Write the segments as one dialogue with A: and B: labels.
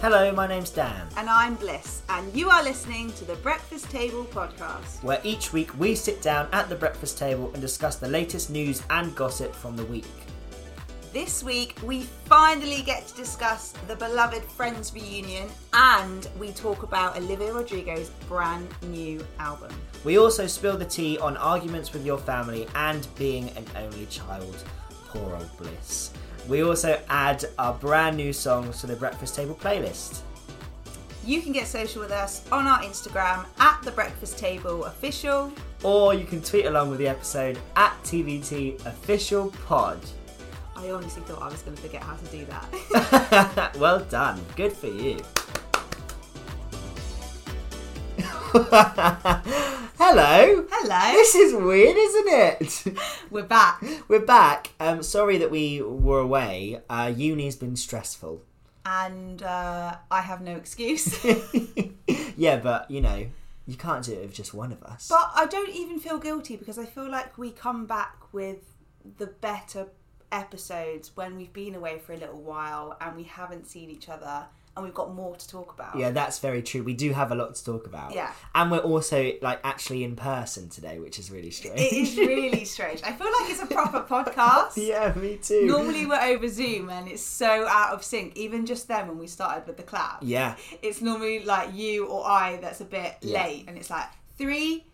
A: Hello, my name's Dan,
B: And I'm Bliss, and you are listening to the Breakfast Table Podcast.
A: where each week we sit down at the breakfast table and discuss the latest news and gossip from the week.
B: This week, we finally get to discuss the beloved Friends reunion, and we talk about Olivia Rodrigo's brand new album.
A: We also spill the tea on arguments with your family and being an only child. Poor old Bliss. We also add our brand new songs to the breakfast table playlist.
B: You can get social with us on our Instagram at the Breakfast Table Official.
A: Or you can tweet along with the episode at TVT Official Pod.
B: I honestly thought I was going to forget how to do that.
A: well done. Good for you. Hello.
B: Hello,
A: This is weird, isn't it?
B: we're back,
A: We're back. Um, sorry that we were away. Uh, uni's been stressful.
B: and uh, I have no excuse.
A: yeah, but you know, you can't do it with just one of us.
B: But I don't even feel guilty because I feel like we come back with the better episodes when we've been away for a little while and we haven't seen each other and we've got more to talk about.
A: yeah, that's very true. We do have a lot to talk about.
B: Yeah.
A: And we're also like actually in person today, which is really strange.
B: It is really strange. I feel like it's a proper podcast.
A: yeah, me too.
B: Normally we're over Zoom and it's so out of sync. Even just then when we started with the clap,
A: yeah.
B: it's normally like you or I that's a bit
A: Yeah.
B: late and it's like three,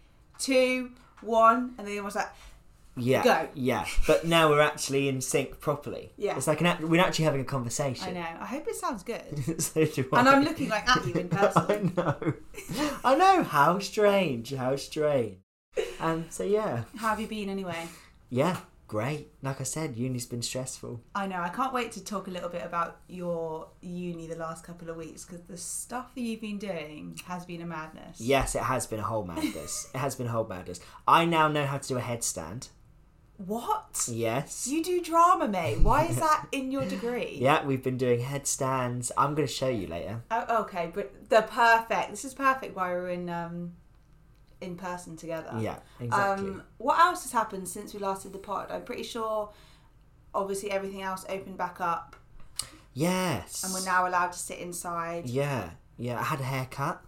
B: two, one, and then it was like,
A: Yeah.
B: Go.
A: Yeah. But now we're actually in sync properly.
B: Yeah.
A: It's like an act- we're actually having a
B: I
A: conversation.
B: know. I hope it sounds good.
A: so do I.
B: And I'm looking like at you in person.
A: I know. I know. How strange. How strange. And so yeah,
B: How have you been anyway?
A: yeah, great. Like I said, uni's been stressful.
B: I know. I can't wait to talk a little bit about your uni the last couple of weeks because the stuff that you've been doing has been a madness.
A: Yes, it has been a whole madness. it has been a whole madness. I now know how to do a headstand.
B: What?
A: Yes.
B: You do drama, mate. Why is that in your degree?
A: Yeah, we've been doing headstands. I'm going to show you later.
B: Oh, okay, but the perfect. This is perfect. Why we're in um, in person together.
A: Yeah, exactly.
B: Uh, Um, what else has happened since we last did the pod? I'm pretty sure. Obviously, everything else opened back up,
A: yes.
B: and we're now allowed to sit inside.
A: Yeah, yeah. I had a haircut.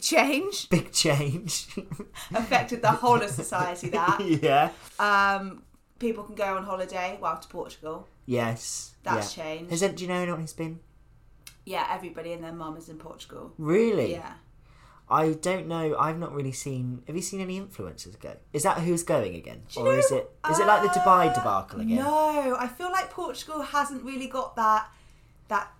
B: change
A: Big change.
B: affected the whole of society. That
A: yeah.
B: um, people can go on holiday, well, to Portugal.
A: Yes.
B: That's
A: yeah.
B: changed.
A: Has it, do you know anyone who's been?
B: Yeah, everybody and their mum is in Portugal.
A: Really?
B: Yeah.
A: I don't know. I've not really seen. Have you seen any influencers go? Is that who's going again,
B: Do you
A: or
B: know-
A: is it is it like the Dubai
B: Uh,
A: debacle again?
B: No, I feel like Portugal hasn't really got that that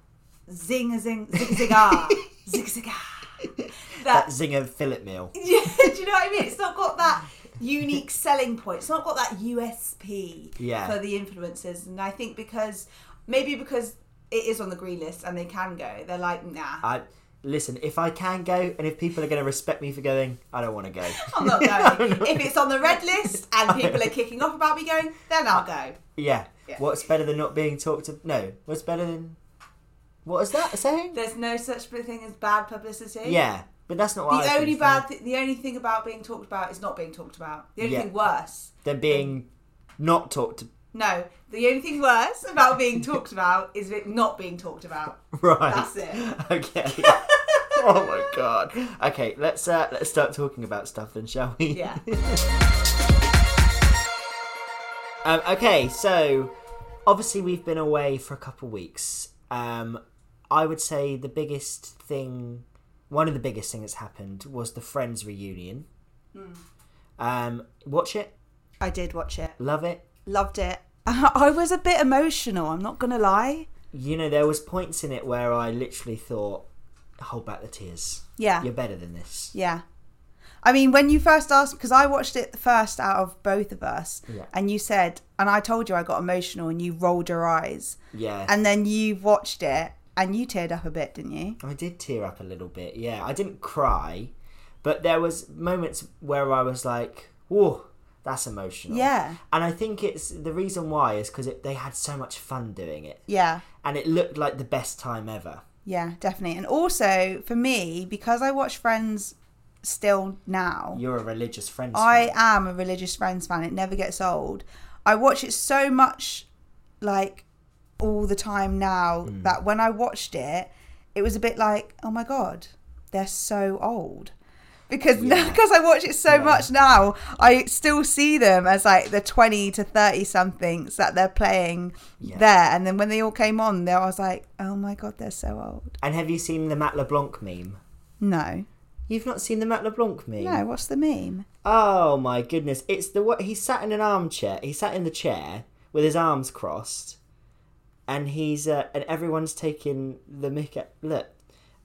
B: zing a zing zig zigar zig zigar.
A: That
B: That
A: zinger fillet meal.
B: yeah, do you know what I mean? It's not got that unique selling point. It's not got that USP
A: Yeah.
B: for the influencers, and I think because maybe because it is on the green list and they can go, they're like, nah,
A: I listen. If I can go, and if people are going to respect me for going, I don't want to go.
B: I'm not going. if it's on the red list and people are kicking off about me going, then I'll go.
A: yeah.
B: Yeah.
A: What's better than not being talked to? No. What's better than? What is that saying?
B: There's no such thing as bad publicity.
A: Yeah, but that's not what
B: The
A: I was
B: only
A: thinking.
B: bad, th- the only thing about being talked about is not being talked about. The only
A: Yeah.
B: thing worse.
A: than being not talked to.
B: No, the only thing worse about being talked about is it not being talked about.
A: Right.
B: That's it.
A: Okay. oh my god. Okay, let's uh, let's start talking about stuff then, shall we?
B: Yeah.
A: Um, okay, so obviously we've been away for a couple weeks. Um, I would say the biggest thing, one of the biggest things that's happened was the Friends reunion.
B: Hmm.
A: Um, watch it,
B: I did watch it.
A: love it.
B: Loved it. I was a bit emotional. I'm not gonna lie.
A: You know, there was points in it where I literally thought, hold back the tears.
B: Yeah.
A: You're better than this.
B: Yeah. I mean, when you first asked, because I watched it first out of both of us,
A: Yeah.
B: and you said, and I told you I got emotional and you rolled your eyes.
A: Yeah.
B: And then you watched it and you teared up a bit, didn't you?
A: I did tear up a little bit. Yeah, I didn't cry, but there was moments where I was like, "Whoa, that's emotional."
B: Yeah.
A: and I think it's the reason why is because they had so much fun doing it,
B: Yeah.
A: and it looked like the best time ever.
B: Yeah, definitely. And also for me, because I watch Friends still now,
A: You're a religious friend.
B: I
A: Simon.
B: am a religious Friends fan. It never gets old. I watch it so
A: Mm.
B: much, like all the time now, that when I watched it, it was a bit like, oh my god, they're so old. Because because I watch it so
A: Yeah.
B: much now, I still see them as like the twenty to thirty somethings that they're playing
A: Yeah.
B: there. And then when they all came on, there I was like, oh my god, they're so old.
A: And have you seen the Matt LeBlanc meme?
B: No,
A: You've not seen the Matt LeBlanc meme?
B: no, what's the meme?
A: Oh my goodness! It's the what he sat in an armchair. He sat in the chair with his arms crossed, and he's uh, and everyone's taking the mick. At, look,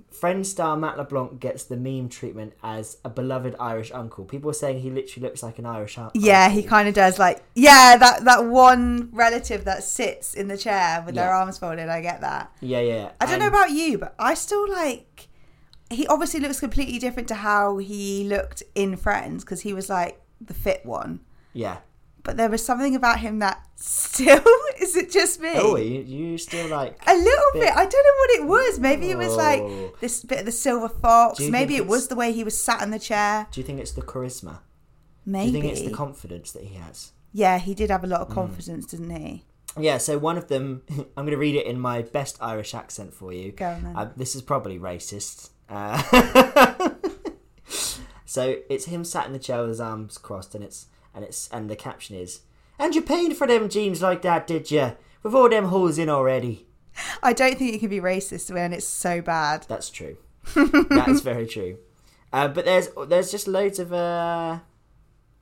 A: friend star Matt LeBlanc gets the meme treatment as a beloved Irish uncle. People are saying he literally looks like an Irish un-
B: Yeah,
A: uncle.
B: he kind of does. Like, yeah, that that one relative that sits in the chair with their
A: Yeah.
B: arms folded. I get that.
A: yeah, yeah.
B: I don't know
A: And-
B: about you, but I still like. He obviously looks completely different to how he looked in Friends because he was like the fit one.
A: yeah.
B: But there was something about him that still is it just me?
A: Oh, you you still like?
B: a little bit.
A: bit-
B: I don't know what it was. Maybe it was
A: Oh.
B: like this bit of the silver fox.
A: Do you
B: Maybe
A: think
B: it was
A: it's-
B: the way he was sat in the chair.
A: Do you think it's the charisma?
B: Maybe.
A: Do you think it's the Hmm. confidence that he has?
B: yeah, he did have a lot of confidence, didn't he?
A: Yeah, so one of them, I'm going to read it in my best Irish accent for you.
B: Go on then.
A: Uh, this is probably racist. Uh, so it's him sat in the chair with his arms crossed, and it's and it's and the caption is, "And you paid for them jeans like that, did you? With all them holes in already."
B: I don't think it can be racist when it's so bad.
A: That's true. that is very true. Uh, but there's there's just loads of uh,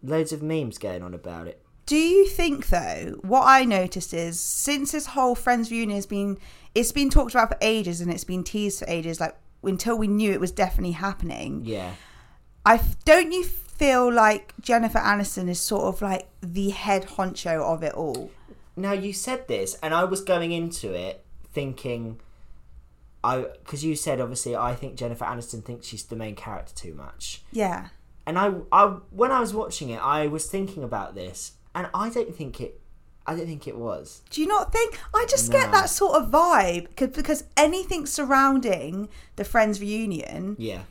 A: loads of memes going on about it.
B: Do you think though? What I noticed is since this whole Friends reunion has been, it's been talked about for ages and it's been teased for ages, like until we knew it was definitely happening.
A: Yeah.
B: I f- don't you feel like Jennifer Aniston is sort of like the head honcho of it all.
A: Now you said this, and I was going into it thinking, I because you said obviously I think Jennifer Aniston thinks she's the main character too much,
B: Yeah,
A: and I, I when I was watching it, I was thinking about this, and I don't think it, I don't think it was.
B: Do you not think? I just get
A: No.
B: that sort of vibe 'cause- because anything surrounding the Friends reunion,
A: Yeah,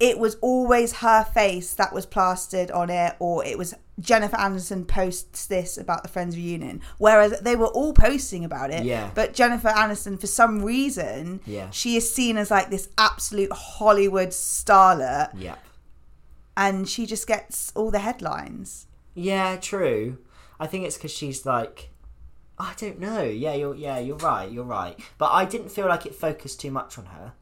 B: it was always her face that was plastered on it, or it was Jennifer Anderson posts this about the Friends reunion. Whereas they were all posting about it,
A: Yeah.
B: but Jennifer Aniston, for some reason,
A: Yeah.
B: she is seen as like this absolute Hollywood starlet,
A: yep,
B: and she just gets all the headlines.
A: yeah, true. I think it's because she's like, I don't know. Yeah, you're yeah, you're right. You're right. But I didn't feel like it focused too much on her.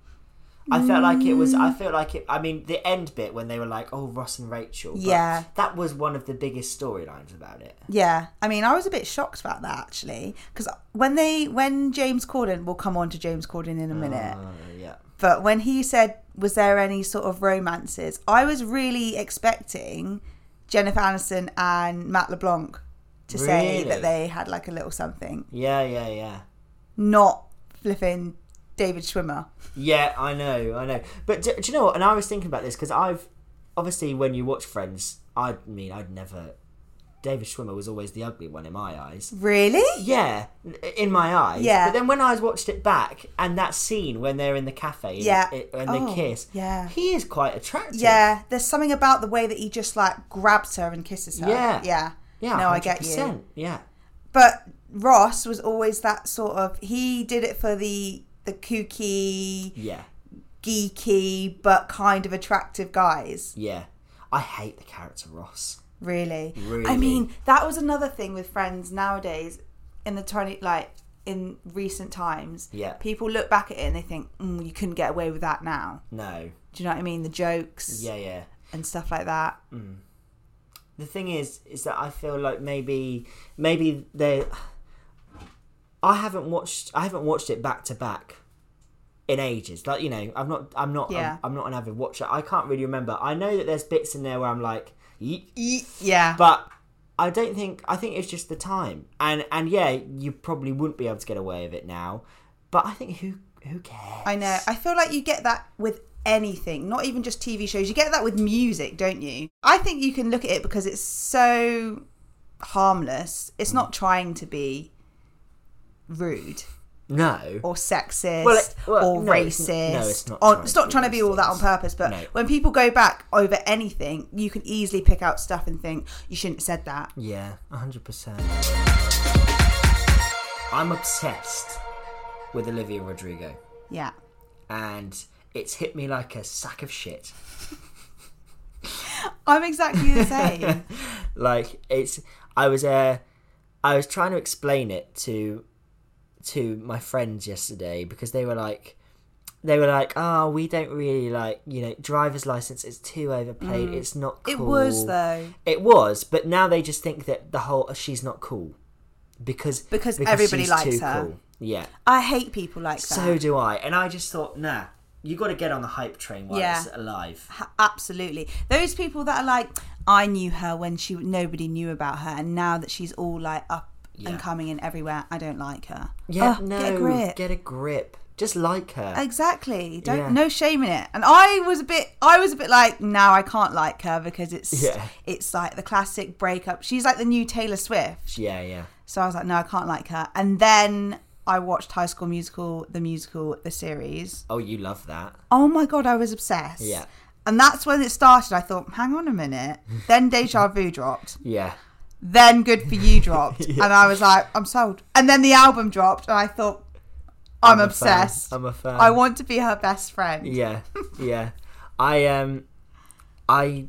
A: I felt like it was. I felt like it. I mean, the end bit when they were like, "Oh, Ross and Rachel." but
B: Yeah.
A: that was one of the biggest storylines about it.
B: Yeah, I mean, I was a bit shocked about that actually, because when they when James Corden, we'll come on to James Corden in a minute,
A: Uh, yeah.
B: but when he said, "Was there any sort of romances?" I was really expecting Jennifer Aniston and Matt LeBlanc to say
A: Really?
B: that they had like a little something,
A: Yeah. Yeah. Yeah.
B: not flipping David Schwimmer.
A: Yeah, I know, I know. But do, do you know what? And I was thinking about this because I've obviously when you watch Friends, I mean, I'd never. David Schwimmer was always the ugly one in my eyes.
B: Really?
A: Yeah, in my eyes.
B: Yeah.
A: But then when I watched it back, and that scene when they're in the cafe, and,
B: Yeah.
A: it, and
B: Oh,
A: they kiss,
B: yeah.
A: he is quite attractive.
B: Yeah, there's something about the way that he just like grabs her and kisses her.
A: Yeah.
B: yeah,
A: yeah.
B: No, I get you.
A: 100%, Yeah,
B: but Ross was always that sort of he did it for the the kooky,
A: yeah,
B: geeky, but kind of attractive guys.
A: yeah. I hate the character Ross.
B: Really. I
A: Really.
B: mean, that was another thing with friends nowadays in the twenty like in recent times.
A: Yeah.
B: People look back at it and they think, mm, you couldn't get away with that now.
A: No.
B: Do you know what I mean? The jokes
A: Yeah, yeah.
B: and stuff like that.
A: the thing is is that I feel like maybe maybe they I haven't watched I haven't watched it back to back in ages like you know I'm not I'm not
B: Yeah.
A: I'm, I'm not an avid watcher I can't really remember I know that there's bits in there where I'm like "Yeet,"
B: Yeah.
A: but I don't think I think it's just the time and and yeah you probably wouldn't be able to get away with it now but I think who who cares
B: I know. I feel like you get that with anything, not even just TV shows. You get that with music, don't you? I think you can look at it because it's so harmless. It's not trying to be rude
A: no
B: or sexist
A: Well, it- well,
B: or
A: no, it's
B: racist.
A: n- no, it's not
B: Or-
A: trying
B: it's
A: to
B: not
A: be
B: trying to be all that on
A: racist.
B: purpose, but
A: No.
B: when people go back over anything, you can easily pick out stuff and think, you shouldn't have said that.
A: Yeah, 100%. I'm obsessed with Olivia Rodrigo.
B: Yeah.
A: and it's hit me like a sack of shit.
B: I'm exactly the same.
A: like it's i was uh i was trying to explain it to to my friends yesterday because they were like they were like oh we don't really like you know driver's license is too overplayed it's not cool
B: Mm. It was though
A: it was but now they just think that the whole "Oh, she's not cool because
B: Because everybody
A: she's
B: likes
A: too
B: her.
A: cool. yeah
B: I hate people like
A: so do i and i just thought nah you got to get on the hype train while
B: Yeah. Ah,
A: it's alive
B: that. Ha- Absolutely. Those people that are like, I knew her when she nobody knew about her, and now that she's all like up
A: Yeah.
B: and coming in everywhere, I don't like her.
A: yeah
B: Ugh,
A: no
B: Get a grip.
A: grip. just like her
B: Exactly. Don't
A: Yeah.
B: no shame in it. And I was a bit I was a bit like, now I can't like her because it's
A: Yeah.
B: it's like the classic breakup. She's like the new Taylor Swift.
A: yeah yeah
B: So I was like, no, I can't like her. And then I watched High School Musical, the musical, the series.
A: oh you love that
B: Oh my god, I was obsessed.
A: Yeah.
B: And that's when it started. I thought, hang on a minute. Then Deja Vu dropped.
A: yeah
B: Then Good For You dropped. And I was like, I'm sold. And then the album dropped. And I thought, I'm,
A: a fan.
B: obsessed.
A: I'm a fan.
B: I want to be her best friend.
A: Yeah, yeah. I um, I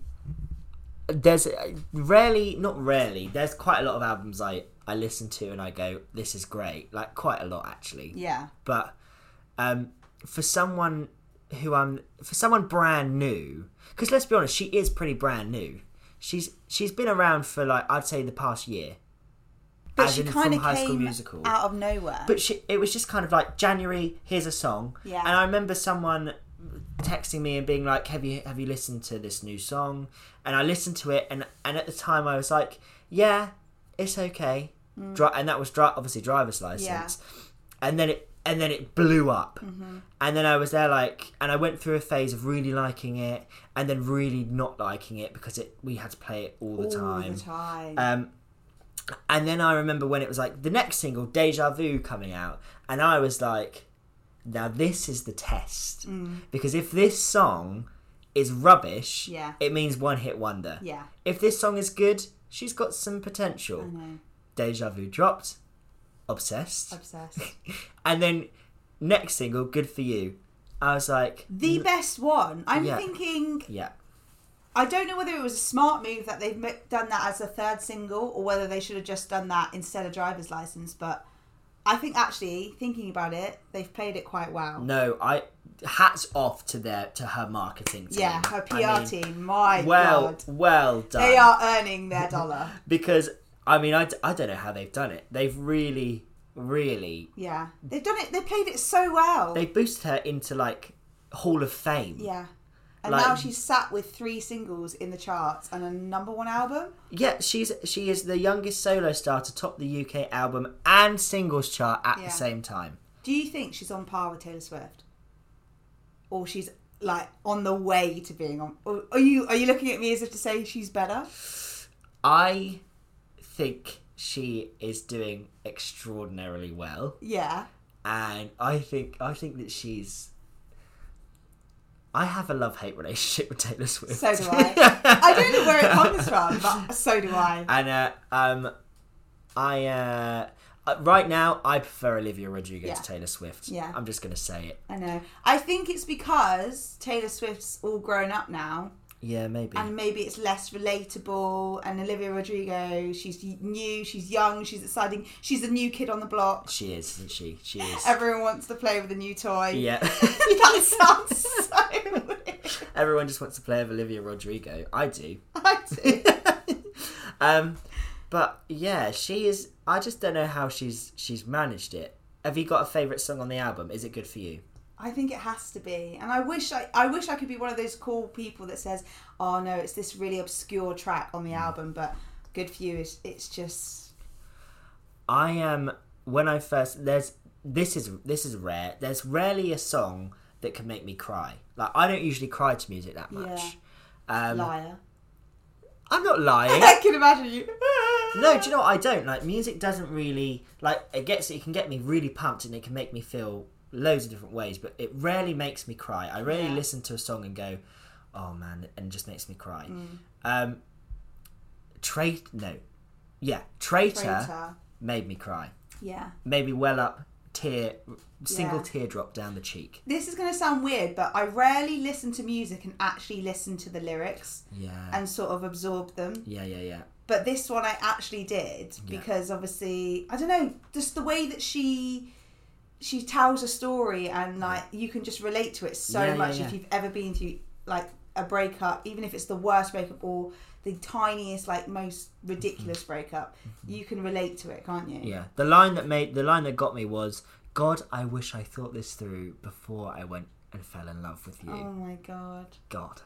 A: there's rarely, not rarely. There's quite a lot of albums I I listen to and I go, this is great. Like quite a lot actually.
B: Yeah.
A: But um, for someone who I'm for someone brand new, because let's be honest, she is pretty brand new. She's she's been around for like I'd say the past year.
B: But
A: As
B: she
A: in
B: kind
A: from
B: of
A: High School
B: came
A: Musical.
B: out of nowhere.
A: But she, it was just kind of like January. Here's a song.
B: Yeah.
A: And I remember someone texting me and being like, "Have you have you listened to this new song?" And I listened to it, and and at the time I was like, "Yeah, it's okay." Dri- and that was dri- obviously driver's license. And then it and then it blew up. And then I was there like, and I went through a phase of really liking it, and then really not liking it because it we had to play it all the
B: All
A: time.
B: the time.
A: Um, and then I remember when it was like the next single, Deja Vu, coming out, and I was like, now this is the test.
B: Mm.
A: Because if this song is rubbish,
B: Yeah.
A: it means one hit wonder.
B: yeah.
A: If this song is good, she's got some potential.
B: I know.
A: Deja Vu dropped, obsessed.
B: Obsessed.
A: and then next single, Good For You. I was like,
B: The best one. I'm
A: Yeah.
B: thinking
A: yeah,
B: I don't know whether it was a smart move that they've mo- done that as a third single or whether they should have just done that instead of driver's license, but I think actually thinking about it, they've played it quite well.
A: no, I hats off to their to her marketing team.
B: Yeah, her PR
A: I mean,
B: team. My
A: Well, uh,
B: god.
A: well done.
B: They are earning their dollar.
A: because I mean I, d- I don't know how they've done it. They've really really
B: Yeah. They've done it. They played it so well.
A: they boosted her into like Hall of Fame.
B: yeah. And
A: Like-
B: now she's sat with three singles in the charts and a number one album.
A: Yeah, she's she is the youngest solo star to top the UK album and singles chart at
B: Yeah.
A: the same time.
B: Do you think she's on par with Taylor Swift, or she's like on the way to being on? Or are you are you looking at me as if to say she's better?
A: I think she is doing extraordinarily well
B: Yeah,
A: and I think I think that she's I have a love hate relationship with Taylor Swift.
B: so do I. I don't know where it comes from, but so do I.
A: And uh, um, I uh, uh, right now I prefer Olivia Rodrigo
B: Yeah.
A: to Taylor Swift.
B: Yeah.
A: I'm just gonna say it.
B: I know. I think it's because Taylor Swift's all grown up now,
A: Yeah, maybe.
B: and maybe it's less relatable. And Olivia Rodrigo, she's new, she's young, she's exciting, she's the new kid on the block.
A: she is, isn't she? She is.
B: Everyone wants to play with a new toy.
A: yeah.
B: that sounds so weird.
A: Everyone just wants to play with Olivia Rodrigo. I do.
B: I do.
A: Um, but yeah, she is. I just don't know how she's she's managed it. Have you got a favorite song on the album? Is it good for you?
B: I think it has to be, and I wish I, I wish I could be one of those cool people that says, "Oh no, it's this really obscure track on the album," but "Good for You" is it's just
A: I am when I first there's this is this is rare. There's rarely a song that can make me cry. Like I don't usually cry to music that much. Um,
B: liar.
A: I'm not lying.
B: I can imagine you.
A: no, do you know what? I don't like music. Doesn't really like it gets it can get me really pumped and it can make me feel loads of different ways, but it rarely makes me cry. I rarely
B: Yeah.
A: listen to a song and go, "Oh man," and it just makes me cry.
B: Mm.
A: Um, Trait no, yeah, traitor,
B: Traitor.
A: made me cry.
B: Yeah,
A: Made me well up tear, single
B: Yeah.
A: teardrop down the cheek.
B: This is going to sound weird, but I rarely listen to music and actually listen to the lyrics
A: Yeah.
B: and sort of absorb them.
A: yeah, yeah, yeah.
B: But this one I actually did
A: Yeah.
B: because obviously I don't know just the way that she she tells a story and like you can just relate to it so
A: Yeah, yeah,
B: much
A: yeah.
B: if you've ever been through like a breakup, even if it's the worst breakup or the tiniest like most ridiculous breakup, you can relate to it, can't you?
A: Mm-hmm. Yeah. The line that made the line that got me was God, I wish I thought this through before I went and fell in love with you.
B: Oh my god.
A: God.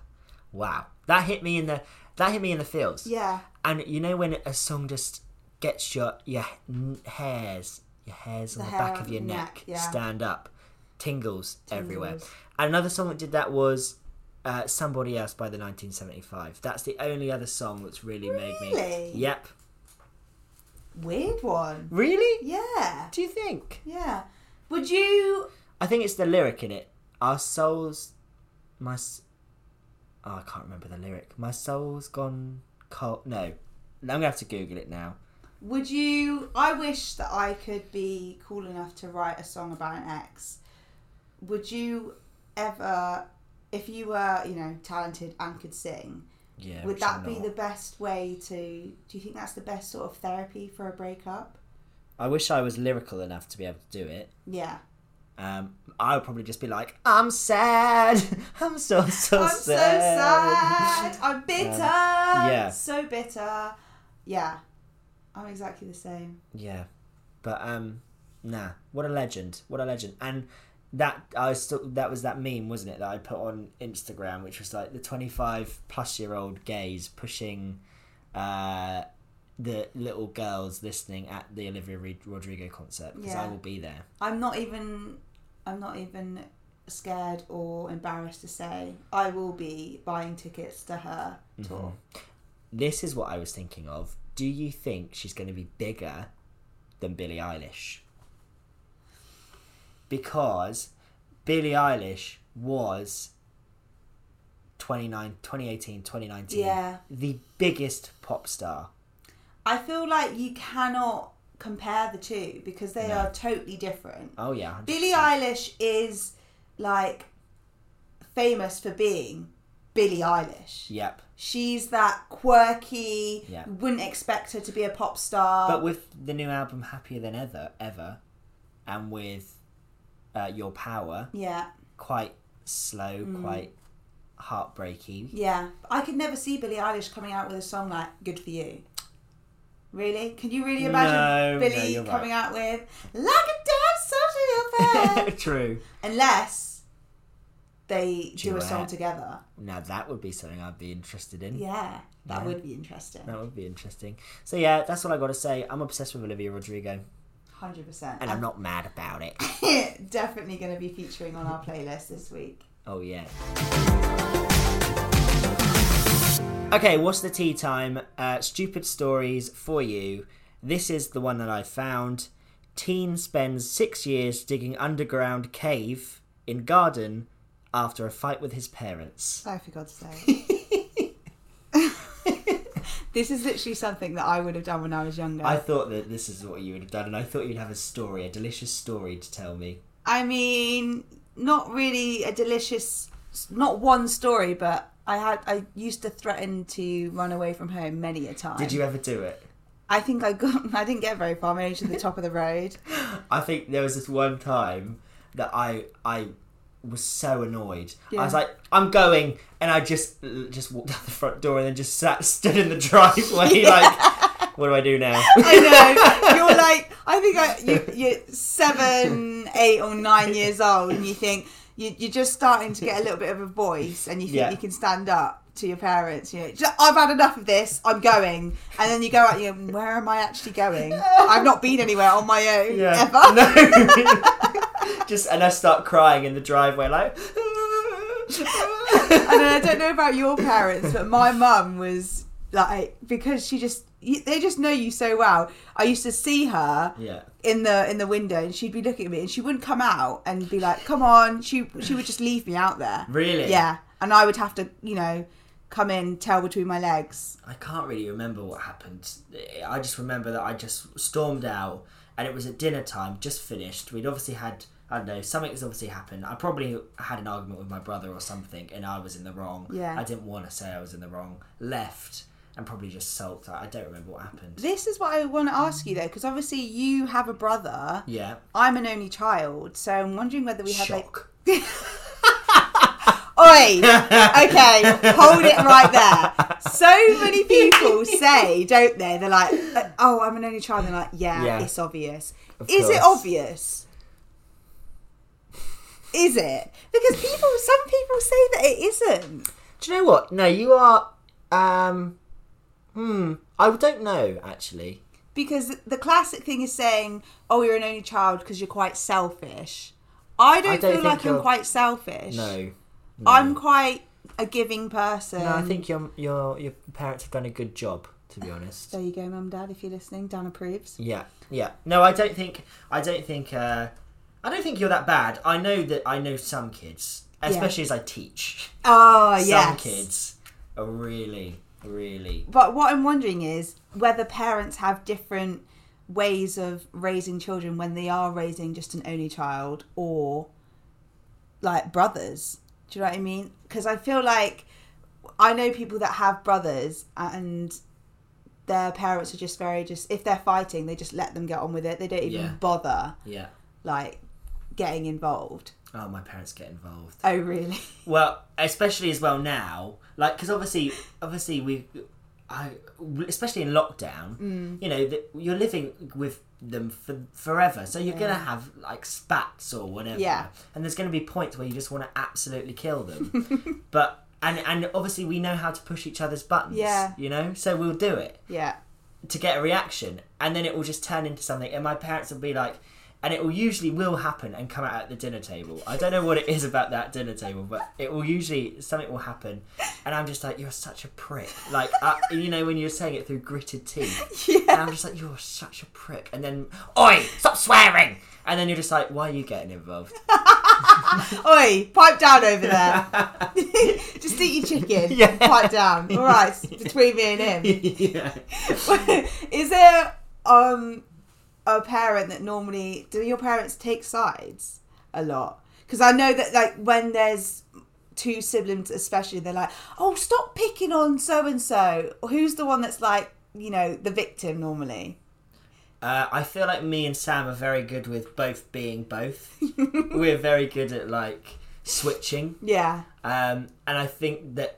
A: Wow. That hit me in the that hit me in the feels.
B: Yeah.
A: And you know when a song just gets your your n- hairs, your hairs on
B: The
A: the,
B: hair
A: back
B: on
A: of your
B: the
A: neck,
B: neck, yeah.
A: stand up, tingles, everywhere.
B: Tingles.
A: And another song that did that was uh, "Somebody Else" by the 1975. That's the only other song that's really, made me.
B: Really?
A: Yep.
B: Weird one.
A: Really?
B: Yeah.
A: Do you think?
B: Yeah. Would you
A: I think it's the lyric in it. Our souls, my. s- Oh, I can't remember the lyric. My soul's gone cold. No, I'm gonna have to Google it now.
B: Would you? I wish that I could be cool enough to write a song about an ex. Would you ever, if you were, you know, talented and could sing,
A: Yeah.
B: would
A: which I'm
B: that be
A: not.
B: the best way to? Do you think that's the best sort of therapy for a breakup?
A: I wish I was lyrical enough to be able to do it.
B: Yeah.
A: Um, I would probably just be like, "I'm sad. I'm so so
B: I'm so
A: sad."
B: sad. I'm bitter.
A: yeah.
B: So bitter. Yeah. I'm exactly the same.
A: Yeah, but um, nah. What a legend. What a legend. And that I still that was that meme, wasn't it? That I put on Instagram, which was like the twenty-five plus year old gays pushing, uh, the little girls listening at the Olivia Re- Rodrigo concert because I
B: Yeah.
A: will be there.
B: I'm not even. I'm not even scared or embarrassed to say I will be buying tickets to her
A: Mm-hmm.
B: tour.
A: This is what I was thinking of. Do you think she's going to be bigger than Billie Eilish? Because Billie Eilish was 29, 2018, 2019,
B: Yeah,
A: the biggest pop star.
B: I feel like you cannot compare the two because they
A: No.
B: are totally different.
A: Oh, yeah. 100%.
B: Billie Eilish is like famous for being Billie Eilish.
A: Yep.
B: She's that quirky.
A: Yeah.
B: Wouldn't expect her to be a pop star.
A: But with the new album Happier Than Ever, ever and with uh, Your Power,
B: yeah,
A: quite slow, quite heartbreaky.
B: Yeah, I could never see Billie Eilish coming out with a song like "Good for You." Really? Can you really
A: No,
B: imagine
A: no,
B: Billie
A: you're right.
B: coming out with "Like a Dance Under Your Bed"?
A: True.
B: Unless they do a
A: Duet.
B: song together.
A: Now that would be something I'd be interested in.
B: Yeah, that
A: Yeah.
B: would be interesting.
A: That would be interesting. So yeah, that's what I got to say. I'm obsessed with Olivia Rodrigo,
B: Hundred percent.
A: and I'm not mad about it.
B: definitely going to be featuring on our playlist this week.
A: Oh yeah. Okay, what's the tea time? Uh, stupid stories for you. This is the one that I found. Teen spends six years digging underground cave in garden after a fight with his parents.
B: Oh, for God's sake. this is literally something that I would have done when I was younger.
A: I thought that this is what you would have done, and I thought you'd have a story, a delicious story to tell me.
B: I mean, not really a delicious, not one story, but I had I used to threaten to run away from home many a time.
A: Did you ever do it?
B: I think I got. I didn't get very far. I'm only to the top of the road.
A: I think there was this one time that I I was so annoyed. I was
B: Yeah.
A: like, I'm going, and I just just walked out the front door and then just sat stood in the driveway like, what do I do now?
B: I know you're like. I think I, you, you're seven, eight, or nine years old, and you think you, you're just starting to get a little bit of a voice, and you think
A: Yeah.
B: you can stand up. To your parents, you know, "J- I've had enough of this. I'm going, and then you go out. You go, where am I actually going? I've not been anywhere on my own
A: Yeah,
B: ever.
A: no. just and I start crying in the driveway like.
B: and then I don't know about your parents, but my mum was like because she just you- they just know you so well. I used to see her
A: yeah.
B: in the in the window, and she'd be looking at me, and she wouldn't come out and be like, "Come on." She she would just leave me out there.
A: Really?
B: Yeah, and I would have to you know come in, tail between my legs.
A: I can't really remember what happened. I just remember that I just stormed out and it was at dinner time, just finished. We'd obviously had I don't know something's obviously happened. I probably had an argument with my brother or something, and I was in the wrong.
B: Yeah.
A: I didn't want to say I was in the wrong. Left and probably just sulked. I I don't remember what happened.
B: This is what I want to ask you though, because obviously you have a brother.
A: Yeah,
B: I'm an only child, so I'm wondering whether we have like
A: shock.
B: Oi! Okay, hold it right there. So many people say, don't they? They're like, oh, I'm an only child. And they're like, yeah,
A: Yeah.
B: it's obvious.
A: Of
B: Is it
A: course.
B: obvious? Is it? Because people, some people say that it isn't.
A: Do you know what? No, you are. Um, hmm. I don't know actually.
B: Because the classic thing is saying, oh, you're an only child because you're quite selfish. I don't,
A: I don't
B: feel
A: think
B: like I'm
A: you're-
B: quite selfish.
A: No. no.
B: I'm quite a giving person.
A: No, I think your your your parents have done a good job, to be honest.
B: There you go, mum, dad, if you're listening. Dan approves.
A: Yeah, yeah. No, I don't think I don't think uh, I don't think you're that bad. I know that I know some kids, especially as I teach.
B: Oh,
A: some
B: yes.
A: kids are really, really.
B: But what I'm wondering is whether parents have different ways of raising children when they are raising just an only child or like brothers. Do you know what I mean? Because I feel like I know people that have brothers and their parents are just very just if they're fighting they just let them get on with it they don't even
A: Yeah.
B: bother
A: Yeah.
B: like getting involved
A: Oh, my parents get involved.
B: oh really
A: Well, especially as well now, like because obviously, obviously we, I, especially in lockdown,
B: Mm.
A: you know, that you're living with them for forever, so you're gonna have like spats or whatever,
B: Yeah.
A: And there's gonna be points where you just want to absolutely kill them, but and and obviously we know how to push each other's buttons,
B: Yeah.
A: You know, so we'll do it
B: yeah
A: to get a reaction, and then it will just turn into something, and my parents will be like. And it will usually will happen and come out at the dinner table. I don't know what it is about that dinner table, but it will usually something will happen, and I'm just like, "You're such a prick!" Like I, you know when you're saying it through gritted teeth,
B: Yeah.
A: and I'm just like, "You're such a prick!" And then, "Oi, stop swearing!" And then you're just like, "Why are you getting involved?"
B: Oi, pipe down over there. Just eat your chicken.
A: Yeah.
B: Pipe down. All right, it's between me and him.
A: yeah.
B: Is there um a parent that normally do your parents take sides a lot? Because I know that like when there's two siblings, especially, they're like, "Oh, stop picking on so and so." Who's the one that's like, you know, the victim normally?
A: Uh, I feel like me and Sam are very good with both being both. We're very good at like switching.
B: Yeah,
A: Um, and I think that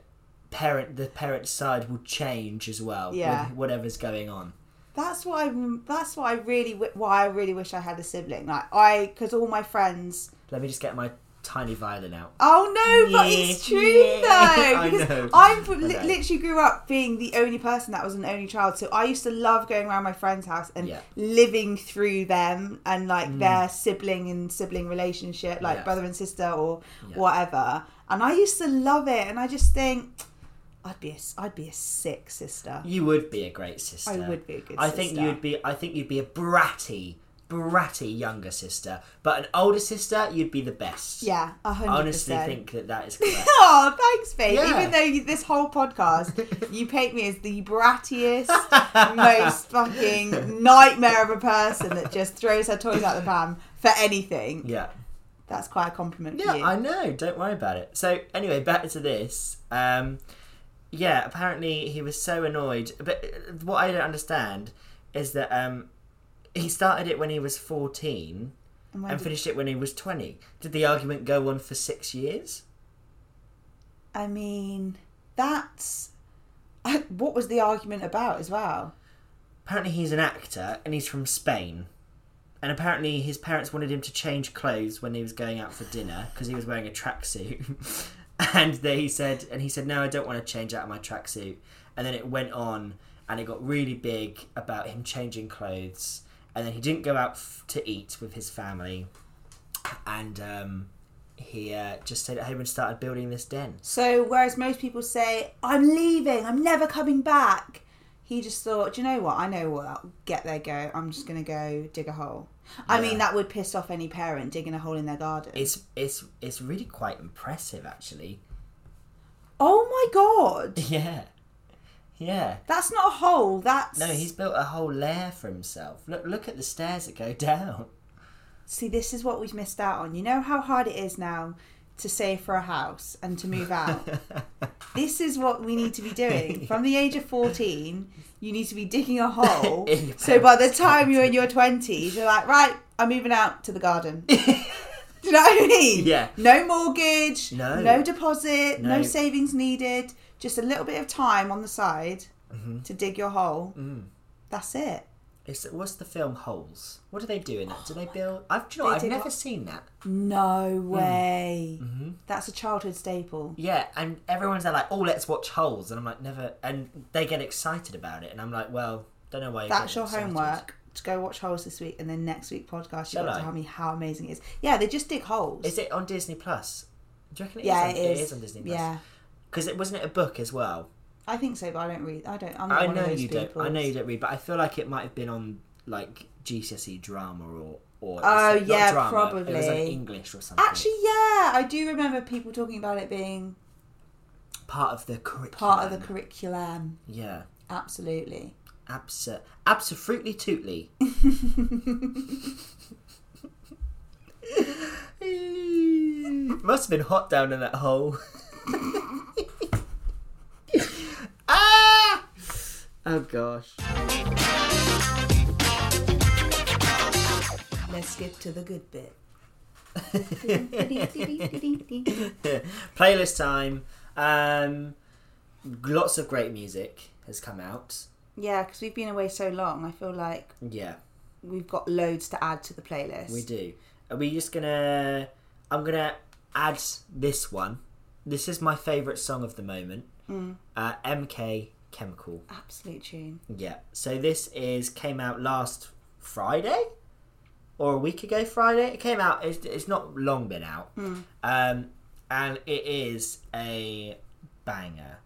A: parent the parent side will change as well
B: Yeah.
A: with whatever's going on.
B: That's what I. That's what I really. wi- Why I really wish I had a sibling. Like I, because all my friends.
A: Let me just get my tiny violin out.
B: Oh no, but
A: Yeah.
B: it's true
A: Yeah. I
B: though.
A: know.
B: Because I li-
A: I know.
B: literally grew up being the only person that was an only child, so I used to love going around my friend's house and
A: Yeah. Mm.
B: living through them and like their sibling and sibling relationship, like
A: Yeah.
B: brother and sister or
A: Yeah.
B: whatever. And I used to love it, and I just think I'd be a, s- I'd be a sick sister.
A: You would be a great sister.
B: I would be a good
A: I think
B: sister.
A: you'd be I think you'd be a bratty, bratty younger sister. But an older sister, you'd be the best.
B: Yeah, a hundred
A: I
B: percent.
A: honestly think that that is correct.
B: Oh, thanks, babe.
A: Yeah.
B: Even though you, this whole podcast, you paint me as the brattiest, most fucking nightmare of a person that just throws her toys out the pan for anything.
A: yeah.
B: That's quite a compliment
A: Yeah,
B: for you.
A: I know. Don't worry about it. So anyway, back to this. Um, yeah, apparently he was so annoyed. But uh, what I don't understand is that um, he started it when he was fourteen
B: And when
A: and
B: did-
A: finished it when he was twenty. Did the argument go on for six years?
B: I mean, that's. What was the argument about as well?
A: Apparently he's an actor and he's from Spain. And apparently his parents wanted him to change clothes when he was going out for dinner because he was wearing a tracksuit. and they said, and he said, "No, I don't want to change out of my tracksuit." And then it went on, and it got really big about him changing clothes. And then he didn't go out f- to eat with his family, and um, he uh, just stayed at home and started building this den.
B: So, whereas most people say, I'm leaving, I'm never coming back, he just thought, do you know what? I know what, get there, go. I'm just going to go dig a hole. I
A: Yeah.
B: mean, that would piss off any parent digging a hole in their garden.
A: It's it's it's really quite impressive, actually.
B: Oh my god!
A: Yeah. Yeah.
B: That's not a hole. That's
A: No, he's built a whole lair for himself. Look, look at the stairs that go down.
B: See, this is what we've missed out on. You know how hard it is now to save for a house and to move out. this is what we need to be doing. From the age of 14, you need to be digging a hole.
A: In your
B: so by the
A: parents'
B: time you're in your 20s, you're like, right, I'm moving out to the garden. Do you know what I mean?
A: Yeah.
B: No mortgage,
A: No.
B: no deposit, no.
A: No.
B: savings needed, just a little bit of time on the side
A: Mm-hmm.
B: to dig your hole.
A: Mm.
B: That's it.
A: It's what's the film Holes? What do they do in that? do they build? I've, do you know,
B: They
A: what, I've
B: do
A: never
B: what?
A: seen that.
B: No
A: Mm.
B: way.
A: Mm-hmm.
B: That's a childhood staple.
A: Yeah, and everyone's there like, oh, let's watch Holes, and I'm like, never. And they get excited about it, and I'm like, well, don't know why. You're
B: That's
A: getting
B: your
A: excited.
B: homework. To go watch holes this week, and then next week podcast, you
A: Shall
B: got
A: I?
B: to tell me how amazing it is. Yeah, they just dig holes.
A: Is it on Disney Plus? Do you reckon it is?
B: yeah,
A: on,
B: it is.
A: on Disney Plus.
B: Yeah,
A: Because it wasn't it a book as well.
B: I think so, but I don't read. I don't. I'm not
A: I
B: one
A: know
B: of those
A: you
B: people.
A: don't. I know you don't read, but I feel like it might have been on like GCSE E drama or or.
B: Oh,
A: not
B: yeah,
A: drama, It was on
B: probably.
A: English or something.
B: Actually, yeah, I do remember people talking about it being
A: part of the curriculum.
B: part of the curriculum.
A: Yeah.
B: Absolutely.
A: Absa, absolutely tootly. Must have been hot down in that hole. ah! Oh gosh.
B: Let's skip to the good bit.
A: Playlist time. Um, lots of great music has come out.
B: Yeah, because we've been away so long, I feel like
A: Yeah,
B: we've got loads to add to the playlist.
A: we do. Are we just gonna? I'm gonna add this one. This is my favourite song of the moment. Uh, MK Chemical.
B: Absolute tune.
A: Yeah. So this is came out last Friday or a week ago Friday. It came out. It's, it's not long been out.
B: Hmm.
A: Um, and it is a banger.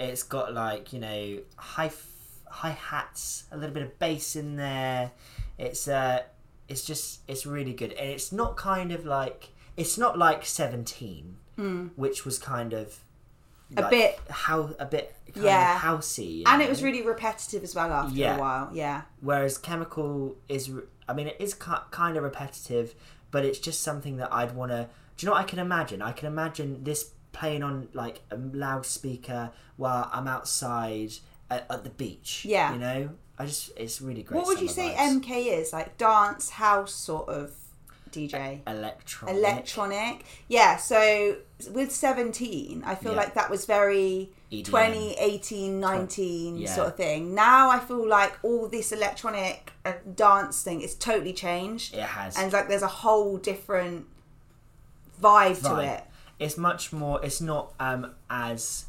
A: It's got like you know high high hats, a little bit of bass in there. It's uh, it's just it's really good, and it's not kind of like it's not like Seventeen, which was kind of.
B: Hmm. A bit-
A: how a bit kind
B: Yeah.
A: of housey, you
B: And it
A: know?
B: was really repetitive as well after
A: Yeah.
B: a while. Yeah.
A: Whereas chemical is, I mean, it is kind of repetitive, but it's just something that I'd want to. Do you know what I can imagine? I can imagine this playing on like a loudspeaker while I'm outside at, at the beach.
B: Yeah.
A: You know, I just it's really great.
B: What would you
A: summer
B: say um,
A: vibes.
B: MK is? Like dance, house sort of DJ?
A: Electronic.
B: Electronic. Yeah, so with 17, I feel
A: Yeah.
B: like that was very
A: EDM.
B: 20, 18, 19
A: Yeah.
B: sort of thing. Now I feel like all this electronic and dance thing is totally changed.
A: It has.
B: And like there's a whole different vibe,
A: vibe.
B: to it.
A: It's much more. It's not um as.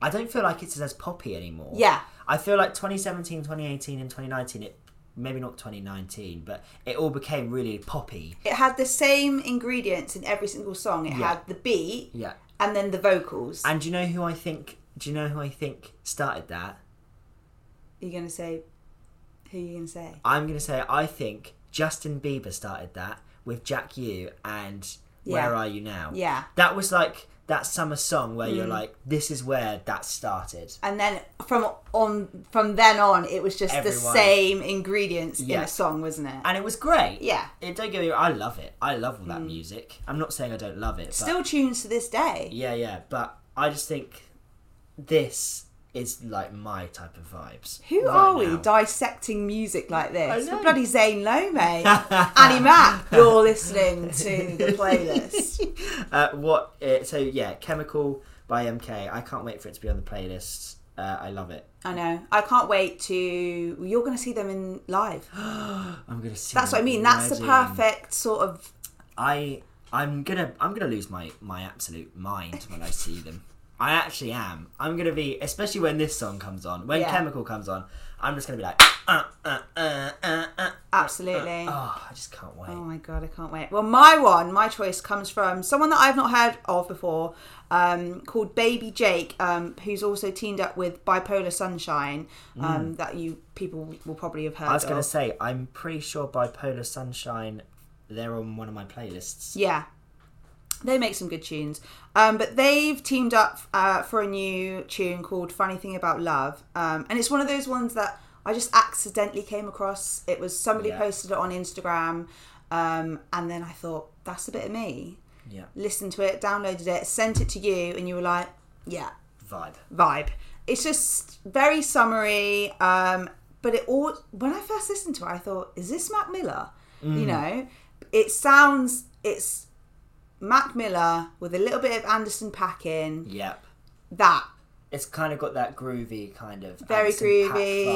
A: I don't feel like it's as poppy anymore.
B: Yeah.
A: I feel like 2017, 2018, and 2019. It maybe not 2019, but it all became really poppy.
B: It had the same ingredients in every single song. It
A: Yeah.
B: had the beat
A: Yeah.
B: and then the vocals.
A: And do you know who I think? Do you know who I think started that?
B: Are you going to say, who are you going to say?
A: I'm gonna say I think Justin Bieber started that with Jack U and Where
B: Yeah.
A: Are You Now.
B: Yeah. Mm.
A: That was like that summer song where you're like, this is where that started.
B: and then from on from then on it was just the
A: Everyone.
B: same ingredients in
A: Yeah.
B: a song wasn't it
A: And it was great.
B: yeah Mm.
A: It don't get me. wrong, I love it. I love all that music. I'm not saying I don't love it. But
B: still tunes to this day
A: Yeah, yeah. But I just think this is like my type of vibes.
B: who
A: right
B: are we
A: now.
B: dissecting music like this
A: I know.
B: bloody zane lowe mate annie mac you're listening to the playlist
A: uh, what? Uh, so yeah, Chemical by MK. I can't wait for it to be on the playlist. Uh, I love it.
B: i know i can't wait to you're gonna see them in live
A: I'm gonna see.
B: that's what i mean that's the
A: Imagine. Uh,
B: perfect sort of
A: I I'm gonna I'm gonna lose my my absolute mind when I see them. I actually am. I'm gonna be especially when this song comes on, when
B: Yeah.
A: Chemical comes on. I'm just gonna be like, uh, uh, uh, uh, uh.
B: absolutely
A: oh, I just can't wait.
B: Oh my god, I can't wait. Well, my one, my choice comes from someone that I've not heard of before, um, called Baby Jake, um, who's also teamed up with Bipolar Sunshine, um, that you people will probably have heard.
A: Hmm. I was gonna
B: of.
A: say I'm pretty sure Bipolar Sunshine, they're on one of my playlists.
B: yeah. They make some good tunes. Um, but they've teamed up uh, for a new tune called Funny Thing About Love. Um, and it's one of those ones that I just accidentally came across. It was somebody
A: Yeah.
B: posted it on Instagram. Um, and then I thought, that's a bit of me.
A: Yeah.
B: Listened to it, downloaded it, sent it to you, and you were like, yeah,
A: Vibe.
B: vibe. It's just very summery. Um, but it all when I first listened to it, I thought, is this Mac Miller? You know, it sounds it's Mac Miller with a little bit of Anderson Paak in
A: Yep.
B: that.
A: It's kind of got that groovy kind of
B: Very
A: Anderson Paak
B: groovy.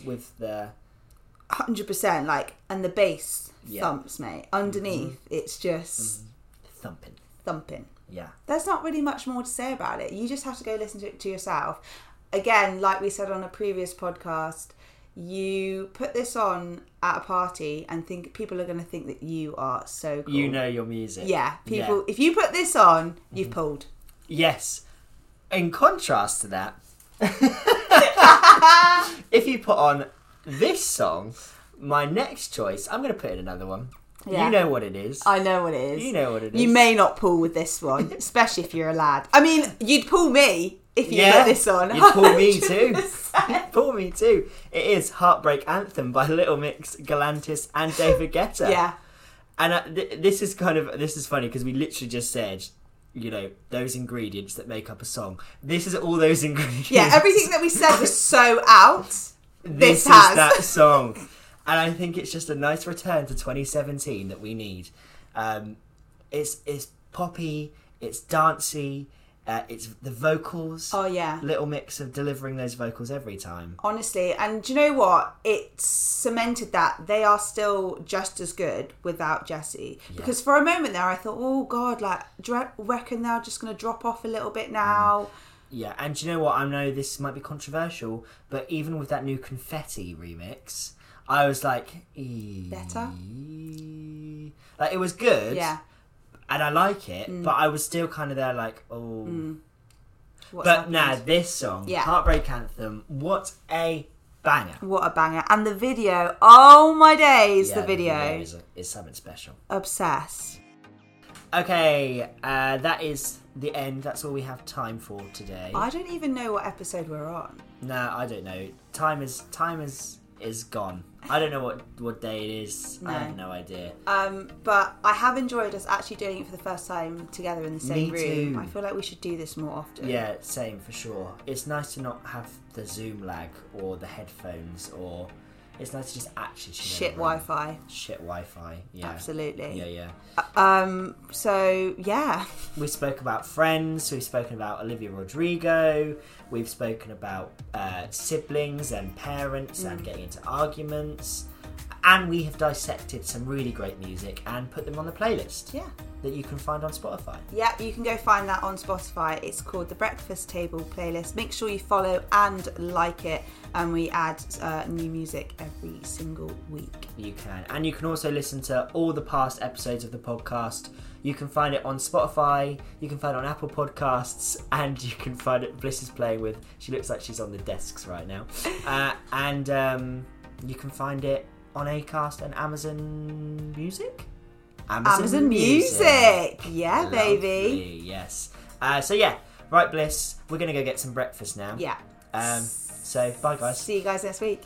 A: vibes with the
B: Hundred percent, like, and the bass
A: Yeah.
B: thumps, mate. Underneath, it's just
A: thumping.
B: thumping.
A: Yeah.
B: There's not really much more to say about it. You just have to go listen to it to yourself. Again, like we said on a previous podcast, you put this on at a party and think people are going to think that you are so cool.
A: You know your music.
B: Yeah, people. If you put this on, you've
A: Mm-hmm.
B: pulled.
A: Yes. In contrast to that, if you put on this song, my next choice, I'm going to put in another one.
B: Yeah.
A: You know what it is.
B: I know what it is.
A: You know what it
B: You
A: is.
B: may not pull with this one, especially if you're a lad. I mean, you'd pull me if you
A: Yeah,
B: put this on.
A: you'd pull me too.
B: 100%.
A: For me too. It is Heartbreak Anthem by Little Mix, Galantis, and David Guetta.
B: yeah,
A: And uh, th- this is kind of this is funny because we literally just said, you know, those ingredients that make up a song. This is all those ingredients.
B: yeah. Everything that we said was so out.
A: this
B: this has.
A: is that song. And I think it's just a nice return to 2017 that we need. Um, it's it's poppy, it's dancey, uh, it's the vocals.
B: Oh yeah.
A: Little mix of delivering those vocals every time.
B: Honestly, and do you know what? It cemented that they are still just as good without Jesse. Because for a moment there, I thought, oh God, like, do you reckon they're just going to drop off a little bit
A: Mm.
B: now?
A: Yeah, and do you know what? I know this might be controversial, but even with that new confetti remix, I was like, "Eee."
B: Better?
A: Like it was good,
B: Yeah. Mm.
A: and I like it, but I was still kind of there, like, oh. But
B: What's Mm. happened?
A: now this song,
B: Yeah.
A: Heartbreak Anthem, what a banger!
B: What a banger. And the video. Oh my days,
A: Yeah,
B: the video.
A: is, is something special.
B: Obsessed.
A: Okay, uh, that is the end. That's all we have time for today.
B: I don't even know what episode we're on.
A: No, I don't know. Time is time is is gone. I don't know what what day it is. I
B: No.
A: have no idea.
B: Um, but I have enjoyed us actually doing it for the first time together in the
A: Me
B: same room.
A: too.
B: I feel like we should do this more often.
A: Yeah, same for sure. It's nice to not have the Zoom lag or the headphones or. It's nice to just actually chill in
B: Shit
A: a
B: Wi
A: room.
B: Fi.
A: Shit Wi-Fi. Yeah.
B: Absolutely.
A: Yeah, yeah.
B: Um, so yeah.
A: We spoke about friends. We've spoken about Olivia Rodrigo. We've spoken about uh, siblings and parents and
B: Mm.
A: getting into arguments. And we have dissected some really great music and put them on the playlist.
B: Yeah.
A: that you can find on Spotify.
B: Yep, you can go find that on Spotify. It's called the Breakfast Table playlist. Make sure you follow and like it, and we add uh, new music every single week.
A: You can. And you can also listen to all the past episodes of the podcast. You can find it on Spotify, you can find it on Apple Podcasts, and you can find it. Bliss is playing with. She looks like she's on the desks right now. Uh, and um, you can find it on Acast and Amazon Music?
B: Amazon Um, Music, yeah, baby.
A: Lovely, Yes. Uh, so, yeah, right, Bliss. We're going to go get some breakfast now.
B: Yeah.
A: Um, so, bye, guys.
B: See you guys next week.